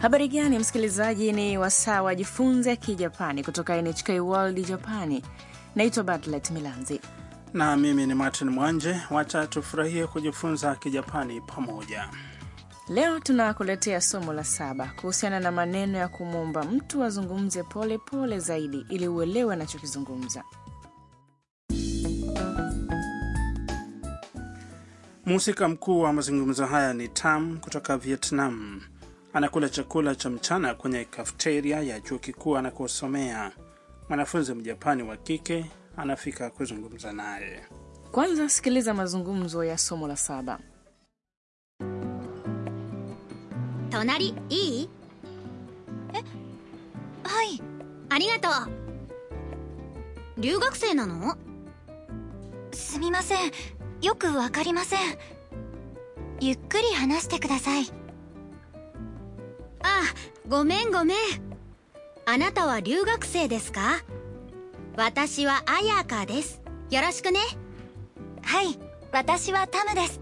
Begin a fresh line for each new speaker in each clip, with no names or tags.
Habari gani msikilizaji, ni wasaa wa jifunze Kijapani kutoka NHK World Japani. Naitwa Bartlet Milanzi
na mimi ni Martin Mwanje. Wacha tufurahie kujifunza Kijapani pamoja.
Leo tunakuletea somo la saba kuhusiana na maneno ya kumwomba mtu azungumze pole pole zaidi ili uelewe anachokizungumza.
Mhusika mkuu wa mazungumzo haya ni Tam kutoka Vietnam. Anakula chakula cha mchana kwenye kafeteria ya chuo kikuu anakosomea. Mwanafunzi Mjapani wa kike anafika kuzungumza naye.
Kwanza sikiliza mazungumzo ya somo la saba.
隣いいえはいありがとう留学生なの
すみませんよくわかりませんゆっくり話してください
あごめんごめんあなたは留学生ですか私はアヤカですよろしくね
はい私はタムです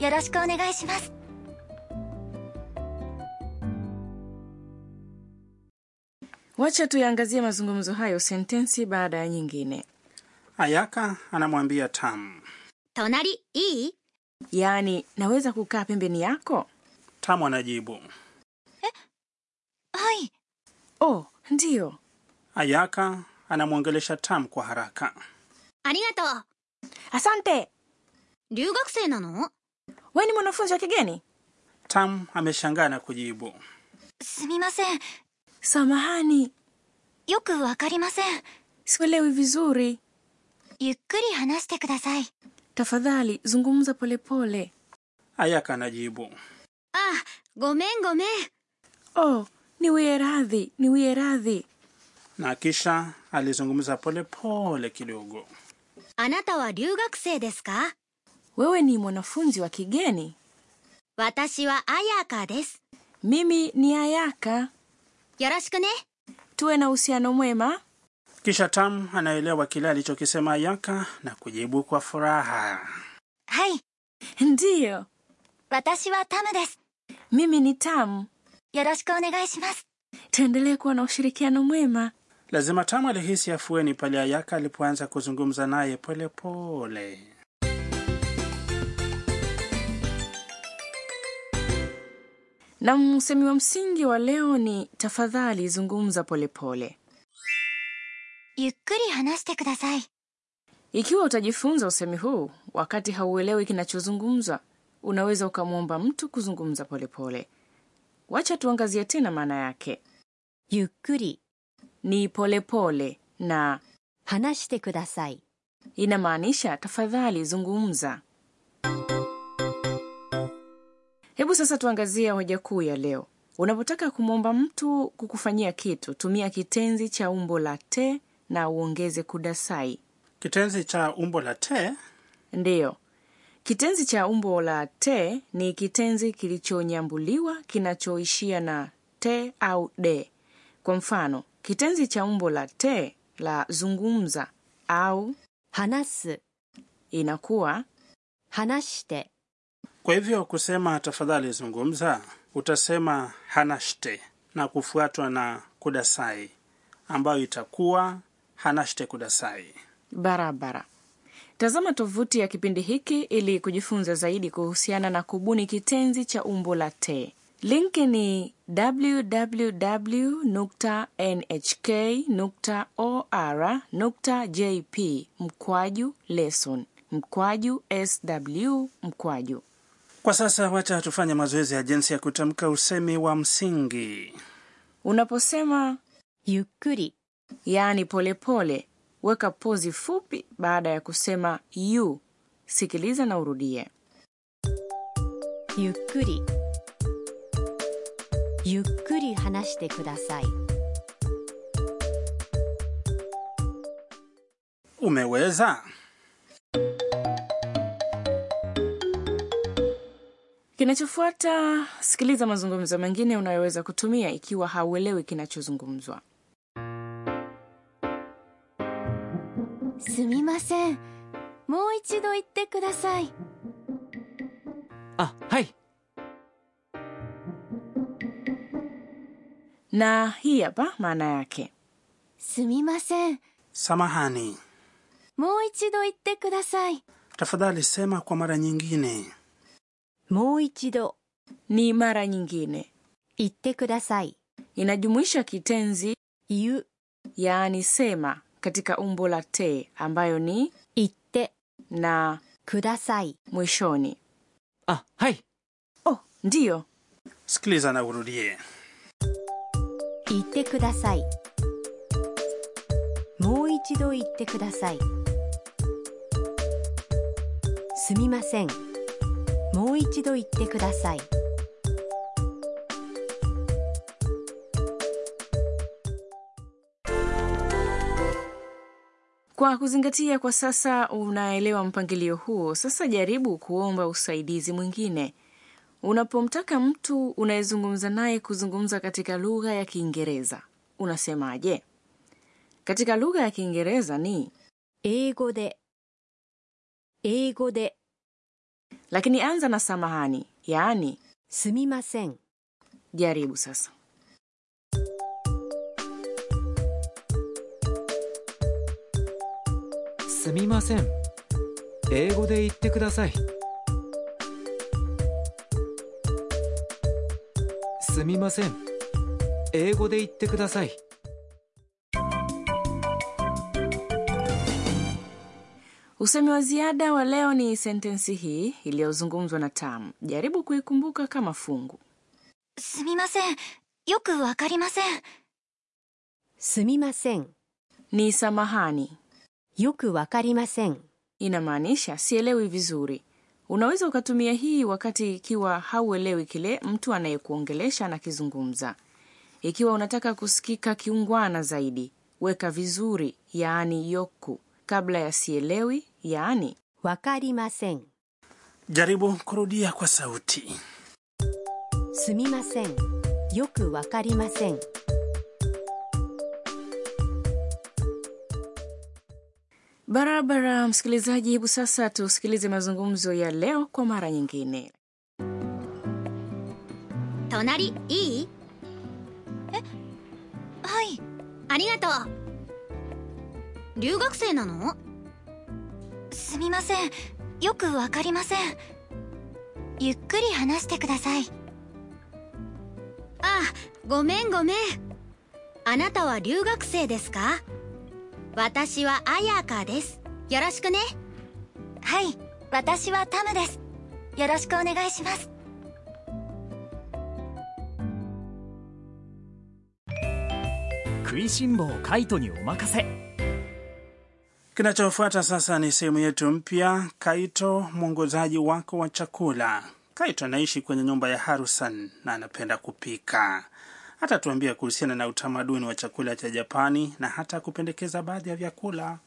よろしくお願いします
Wacha tuyaangazie mazungumzo hayo sentensi baada ya nyingine,
Ayaka anamwambia Tam.
隣いい
yaani naweza kukaa pembeni yako?
Tam anajibu.
はい
Oh, ndiyo.
Ayaka anamwongelesha Tam kwa haraka.
ありがと
Asante,
う留学生なの
we ni mwanafunzi wa kigeni?
Tam ameshangaa na kujibu.
すみません
Samahani,
よくわかりません
sielewi vizuri.
ゆっくり話してください
Tafadhali zungumza polepole.
Ayaka anajibu.
あごめんごめん
Oh, niwie radhi, niwie radhi.
Na kisha alizungumza polepole pole kidogo.
あなたは留学生ですか
Wewe ni mwanafunzi wa kigeni?
私はアヤカです。
Mimi ni Ayaka.
よろしくね。
Tuwe na uhusiano mwema.
Kisha Tam anaelewa kile alichokisema Ayaka na kujibu kwa furaha.
はい
Ndiyo,
私はタムです
mimi ni Tamu.
よろしくお願いします
Tuendelee kuwa na ushirikiano mwema.
Lazima Tam alihisi afueni pale Ayaka alipoanza kuzungumza naye polepole.
Na msemi wa msingi wa leo ni tafadhali zungumza polepole pole.
ゆっくり話してください
Ikiwa utajifunza usemi huu wakati hauelewi kinachozungumzwa, unaweza ukamwomba mtu kuzungumza polepole pole. Wacha tuangazie tena maana yake.
ゆっくり
Ni polepole pole, na
話してください
inamaanisha tafadhali zungumza. Hebu sasa tuangazie hoja kuu ya leo. Unapotaka kumwomba mtu kukufanyia kitu, tumia kitenzi cha umbo la te na uongeze kudasai.
Kitenzi cha umbo la te
Ndiyo, kitenzi cha umbo la te ni kitenzi kilichonyambuliwa kinachoishia na te au de. Kwa mfano, kitenzi cha umbo la te la zungumza au
話す
inakuwa
話して
Kwa hivyo kusema tafadhali zungumza, utasema hanashite na kufuatwa na kudasai, ambayo itakuwa hanashite kudasai.
barabara. Tazama tovuti ya kipindi hiki ili kujifunza zaidi kuhusiana na kubuni kitenzi cha umbo la te. Linki ni www.nhk.or.jp mkwaju lesson mkwaju sw mkwaju.
Kwa sasa, wacha tufanye mazoezi ya jinsi ya kutamka usemi wa msingi.
Unaposema
ゆっくり
yaani polepole, weka pozi fupi baada ya kusema yu. Sikiliza na urudie.
ゆっくりゆっくり話してください
Umeweza?
Kinachofuata, sikiliza mazungumzo mengine unayoweza kutumia ikiwa hauelewi kinachozungumzwa.
すみませんもう一度言ってください
あはい
na hii hapa maana yake
すみません
samahani
もう一度言ってください
tafadhali sema kwa mara nyingine
もう一度
ni mara nyingine
言ってください
inajumuisha kitenzi
言う
yaani sema katika umbo la te ambayo ni
言って
na
ください
mwishoni
あ、はい。
oh ndiyo
sikiliza na urudie
言ってくださいもう一度言ってくださいすみませんもう一度言ってください
kwa kuzingatia kwa sasa unaelewa mpangilio huo sasa jaribu kuomba usaidizi mwingine unapomtaka mtu unayezungumza naye kuzungumza katika lugha ya kiingereza unasemaje katika lugha ya kiingereza ni
英語で英語で
lakini anza na samahani yaani
すみません
jaribu sasa
すみません。英語で言ってください。すみません。英語で言ってください。
usemi wa ziada wa leo ni sentensi hii iliyozungumzwa na tam jaribu kuikumbuka kama fungu
すみませんよくわかりません
すみません
ni samahani
よくわかりません
inamaanisha sielewi vizuri unaweza ukatumia hii wakati ikiwa hauelewi kile mtu anayekuongelesha anakizungumza ikiwa unataka kusikika kiungwana zaidi weka vizuri yaani yoku kabla ya sielewi yaani
わかりません
jaribu kurudia kwa sauti
すみませんよくわかりません
barabara msikilizaji hebu sasa tusikilize mazungumzo ya leo kwa mara nyingine
隣いい
はい
ありがとう留学生なの
すみませんよくわかりませんゆっくり話してください
あごめんごめんあなたは留学生ですか私はアヤカですよろしくね
はい私はタムですよろしくお願いします
食いしん坊カイトにお任せ。
kinachofuata sasa ni sehemu yetu mpya kaito mwongozaji wako wa chakula kaito anaishi kwenye nyumba ya harusan na anapenda kupika hatatuambia kuhusiana na utamaduni wa chakula cha japani na hata kupendekeza baadhi ya vyakula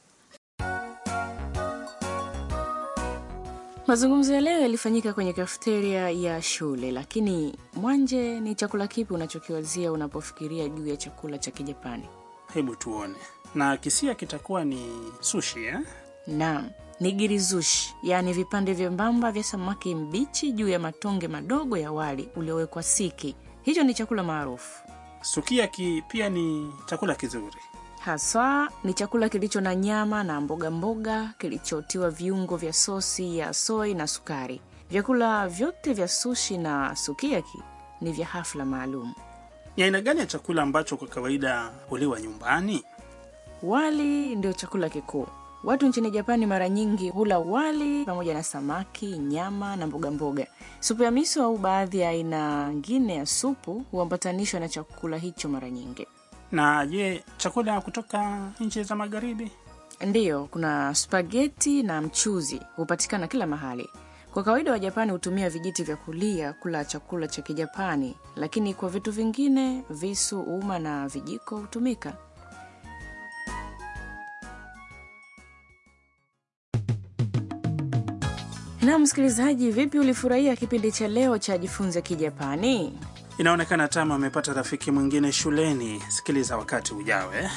mazungumzo ya leo yalifanyika kwenye kafeteria ya shule lakini mwanje ni chakula kipi unachokiwazia unapofikiria juu ya chakula cha kijapani
hebu tuone na kisia kitakuwa ni sushi eh?
Naam, ni girizushi, yaani vipande vyembamba vya samaki mbichi juu ya matonge madogo ya wali uliowekwa siki. Hicho ni chakula maarufu
sukiyaki pia ni chakula kizuri
haswa. Ni chakula kilicho na nyama na mboga mboga, kilichotiwa viungo vya sosi ya soi na sukari. Vyakula vyote vya sushi na sukiyaki ni vya hafla maalum.
ni aina gani ya chakula ambacho kwa kawaida huliwa nyumbani
Wali ndio chakula kikuu. Watu nchini Japani mara nyingi hula wali pamoja na samaki, nyama na mboga mboga. Supu ya miso au baadhi ya aina ngine ya supu huambatanishwa na chakula hicho mara nyingi.
na je chakula kutoka nchi za magharibi
Ndiyo, kuna spageti na mchuzi hupatikana kila mahali. Kwa kawaida Wajapani hutumia vijiti vya kulia kula chakula cha Kijapani, lakini kwa vitu vingine, visu, uma na vijiko hutumika. Na msikilizaji, vipi, ulifurahia kipindi cha leo cha Jifunze Kijapani?
inaonekana tama amepata rafiki mwingine shuleni sikiliza wakati ujao eh?